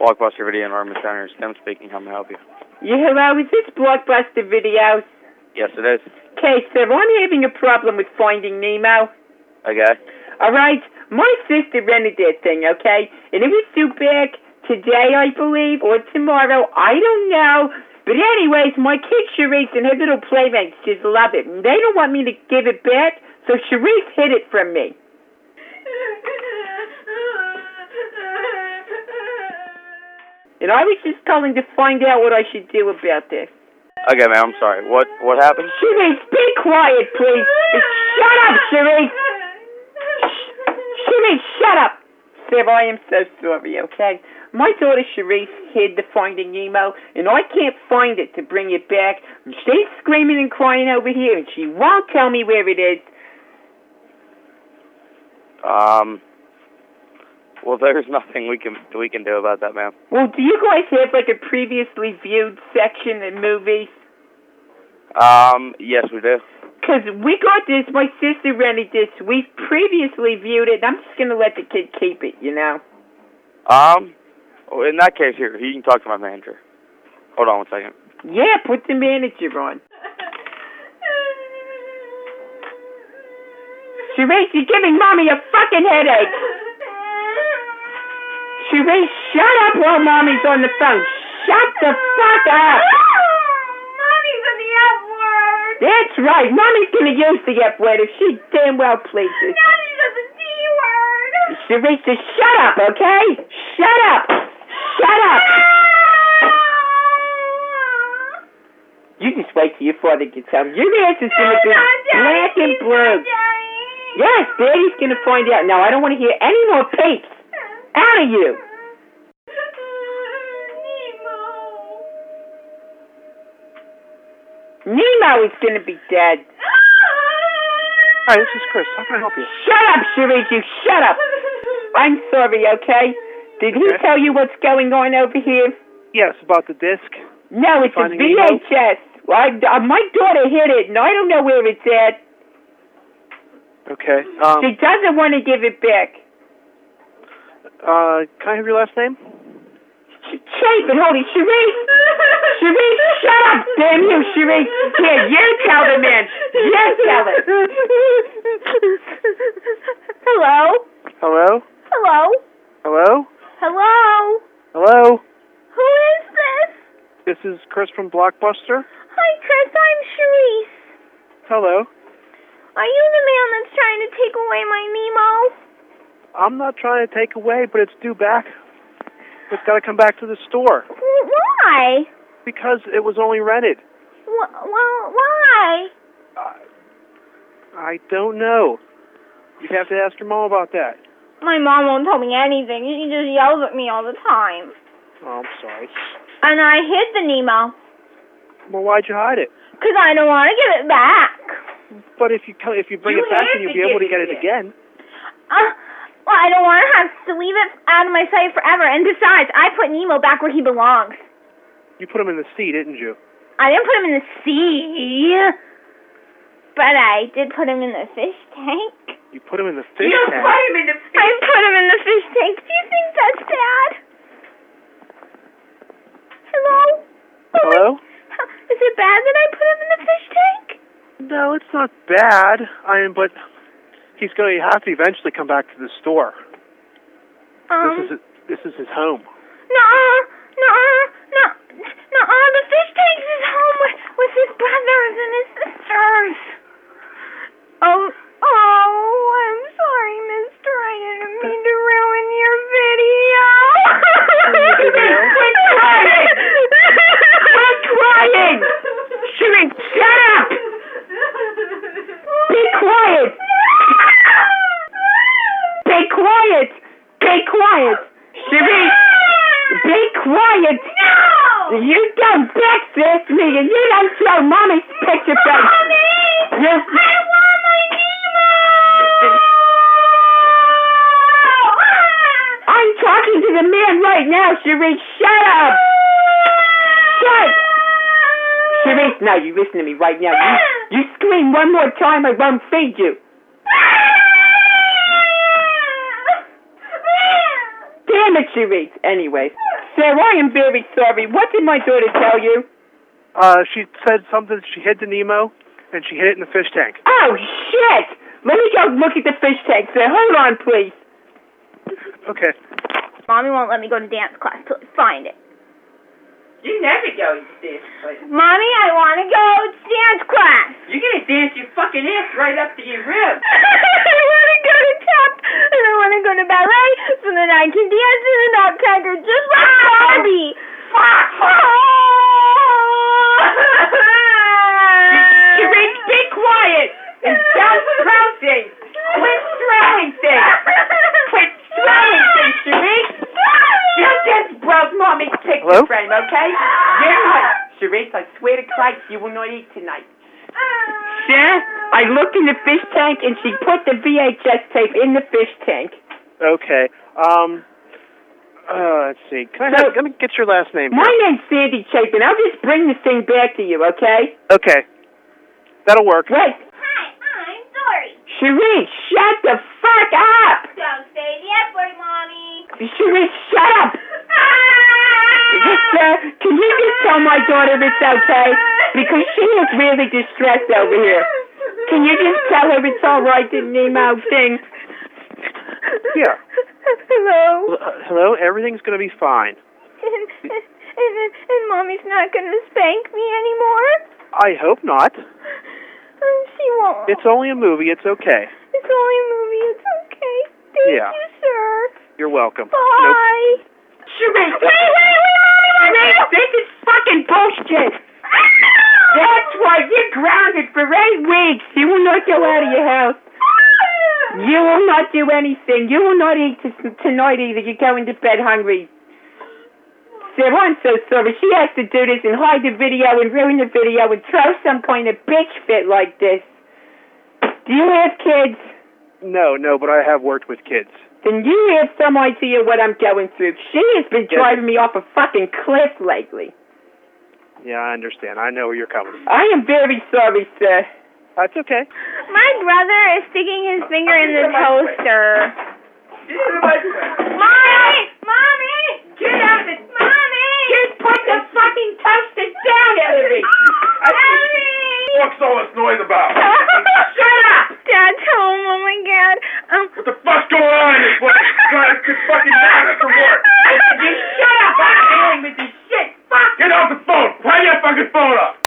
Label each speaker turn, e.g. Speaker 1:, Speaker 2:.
Speaker 1: Blockbuster Video and Armor Center. Stem speaking. How may I help you?
Speaker 2: Yeah, hello, is this Blockbuster Videos?
Speaker 1: Yes, it is.
Speaker 2: Okay, so I'm having a problem with finding Nemo.
Speaker 1: Okay.
Speaker 2: All right, my sister rented that thing, okay? And it was due back today, I believe, or tomorrow. I don't know. But anyways, my kid Sharice and her little playmates just love it. And they don't want me to give it back, so Sharice hid it from me. And I was just calling to find out what I should do about this.
Speaker 1: Okay, man. I'm sorry. What What happened?
Speaker 2: Sharice, be quiet, please. Shut up, Sharice. Sharice, shut up. Siv, I am so sorry, okay? My daughter Sharice hid the Finding Nemo, and I can't find it to bring it back. And She's screaming and crying over here, and she won't tell me where it is.
Speaker 1: Um. Well, there's nothing we can we can do about that, man.
Speaker 2: Well, do you guys have like a previously viewed section in movies?
Speaker 1: Um. Yes, we do.
Speaker 2: Because we got this, my sister rented this, we've previously viewed it, and I'm just going to let the kid keep it, you know?
Speaker 1: Um. oh, In that case, here you can talk to my manager. Hold on one second.
Speaker 2: Yeah, put the manager on. Sharice, you're giving mommy a fucking headache. Sharice, shut up while mommy's on the phone. Shut the fuck up.
Speaker 3: Mommy's in the F word.
Speaker 2: That's right. Mommy's gonna use the F word if she damn well pleases.
Speaker 3: Mommy's in the D word.
Speaker 2: Sharice, just shut up, okay? Shut up. Shut up. You just wait till your father gets home. Your ass is gonna be black and blue. Yes, Daddy's gonna find out. No, I don't want to hear any more peeps. Out of you. Nemo is gonna be dead.
Speaker 1: Hi, this is Chris. How can I help you?
Speaker 2: Shut up, Sharice. You shut up. I'm sorry, okay? Did he
Speaker 4: Okay.
Speaker 2: tell you what's going on over here?
Speaker 4: Yes, about the disc.
Speaker 2: No, it's
Speaker 4: Finding
Speaker 2: a
Speaker 4: Nemo?
Speaker 2: VHS. I, uh, my daughter hid it, and I don't know where it's at.
Speaker 4: Okay.
Speaker 2: She
Speaker 4: Um,
Speaker 2: doesn't want to give it back.
Speaker 4: uh, can I have your last name?
Speaker 2: Ch- Chapin, hold it, Sharice. Sharice, shut up, damn you, Sharice. Yeah, you tell the man. You tell it.
Speaker 3: Hello?
Speaker 4: Hello?
Speaker 3: Hello?
Speaker 4: Hello?
Speaker 3: Hello?
Speaker 4: Hello?
Speaker 3: Who is this?
Speaker 4: This is Chris from Blockbuster.
Speaker 3: Hi, Chris. I'm Charisse.
Speaker 4: Hello.
Speaker 3: Are you the man that's trying to take away my Nemo?
Speaker 4: I'm not trying to take away, but it's due back. It's got to come back to the store
Speaker 3: W- Why?
Speaker 4: because it was only rented.
Speaker 3: Wh- well, why?
Speaker 4: Uh, I don't know. You'd have to ask your mom about that.
Speaker 3: My mom won't tell me anything. She just yells at me all the time.
Speaker 4: Oh, I'm sorry.
Speaker 3: And I hid the Nemo
Speaker 4: Well, why'd you hide it?
Speaker 3: because I don't want to give it back.
Speaker 4: But if you co- if you bring
Speaker 2: You
Speaker 4: it back,
Speaker 2: have
Speaker 4: then you'll
Speaker 2: to
Speaker 4: be
Speaker 2: give
Speaker 4: able to
Speaker 2: it
Speaker 4: get it
Speaker 2: back.
Speaker 4: again.
Speaker 3: Uh, well, I don't want to have to leave it out of my sight forever. And besides, I put Nemo back where he belongs.
Speaker 4: You put them in the sea, didn't you?
Speaker 3: I didn't put him in the sea, but I did put him in the fish tank.
Speaker 4: You put them in the fish
Speaker 2: You
Speaker 4: tank.
Speaker 2: put him in the
Speaker 3: I
Speaker 2: face.
Speaker 3: put him in the fish tank. Do you think that's bad? Hello?
Speaker 4: Hello?
Speaker 3: Is it bad that I put him in the fish tank?
Speaker 4: No, it's not bad. I mean, but he's going to have to eventually come back to the store.
Speaker 3: Um,
Speaker 4: this is this is his home.
Speaker 3: nuh-uh, nuh-uh, nuh- nuh-uh, the fish tank's his home with, with his brothers and his sisters. Oh, oh, I'm sorry, mister. I didn't mean to ruin your video.
Speaker 2: Quit crying. Quit crying. Sharice, shut up. Be quiet. Be quiet. Be quiet. Sharice, be quiet.
Speaker 3: No!
Speaker 2: You don't backfist me, and you don't show mommy's picture face.
Speaker 3: Mommy!
Speaker 2: You,
Speaker 3: I want my Nemo!
Speaker 2: I'm talking to the man right now, Sharice. Shut up. Shut. Sharice, now you listen to me right now. You, you scream one more time, I won't feed you. Damn it, Sharice. Anyway, sir, I am very sorry. What did my daughter tell you?
Speaker 4: Uh, she said something. She hid the Nemo, and she hid it in the fish tank.
Speaker 2: Oh, shit! Let me go look at the fish tank, sir. Hold on, please.
Speaker 4: Okay.
Speaker 3: Mommy won't let me go to dance class till I find it.
Speaker 2: You never go to dance class.
Speaker 3: Mommy, I want to go to dance class.
Speaker 2: You're gonna dance your fucking ass right up to your ribs.
Speaker 3: I want to go to tap and I want to go to ballet so that I can dance in a nutcracker just like Barbie.
Speaker 2: Shireen, be quiet and stop crouching. Quit throwing things. Quit throwing things, Shireen. You just broke mommy's picture
Speaker 4: Hello?
Speaker 2: frame, okay? You're not. Shireen, I swear to Christ, you will not eat tonight. Sir, I looked in the fish tank and she put the VHS tape in the fish tank.
Speaker 4: Okay. Um. Uh, let's see. Can I
Speaker 2: So-
Speaker 4: have, let me get your last name?
Speaker 2: My
Speaker 4: here.
Speaker 2: name's Sandy Chapin. I'll just bring the thing back to you, okay?
Speaker 4: Okay. That'll work.
Speaker 2: Wait,
Speaker 3: Hi, I'm Dory.
Speaker 2: Shireen, shut the fuck up!
Speaker 3: Don't say the F word, Mommy.
Speaker 2: Shireen, shut up! Mister, can you just tell my daughter it's okay? Because she is really distressed over here. Can you just tell her it's all right, the Nemo thing?
Speaker 4: Yeah.
Speaker 3: Hello.
Speaker 4: L- uh, hello. Everything's gonna be fine.
Speaker 3: And, and, and, and Mommy's not going to spank me anymore?
Speaker 4: I hope not.
Speaker 3: And she won't.
Speaker 4: It's only a movie. It's okay.
Speaker 3: It's only a movie. It's okay. Thank
Speaker 4: Yeah.
Speaker 3: you, sir.
Speaker 4: You're welcome. Nope.
Speaker 3: Bye.
Speaker 2: Shireen,
Speaker 3: Wait, wait, wait, Mommy.
Speaker 2: Shireen, this is fucking bullshit! That's why you're grounded for eight weeks! You will not go out of your house! You will not do anything. You will not eat t- tonight either. You're going to bed hungry. Sir, I'm so sorry. She has to do this and hide the video and ruin the video and throw some kind of bitch fit like this. Do you have kids?
Speaker 4: No, no. But I have worked with kids.
Speaker 2: Then you have some idea what I'm going through. She has been
Speaker 4: Yes.
Speaker 2: driving me off a fucking cliff lately.
Speaker 4: Yeah, I understand. I know where you're coming. from.
Speaker 2: I am very sorry, sir.
Speaker 4: That's okay.
Speaker 3: My brother is sticking his finger in the toaster. Mommy! Mommy!
Speaker 2: Get out of the...
Speaker 3: Mommy!
Speaker 2: Just put the fucking toaster down, Hillary!
Speaker 3: Mommy!
Speaker 5: fuck's all this noise about?
Speaker 2: Shut up!
Speaker 3: Dad's home. Oh my god. Um.
Speaker 5: What the fuck's going on in this place? God, it's just fucking madness for work.
Speaker 2: Just shut up! I'm dealing with this shit! Fuck!
Speaker 5: Get off the phone. Play your fucking phone up.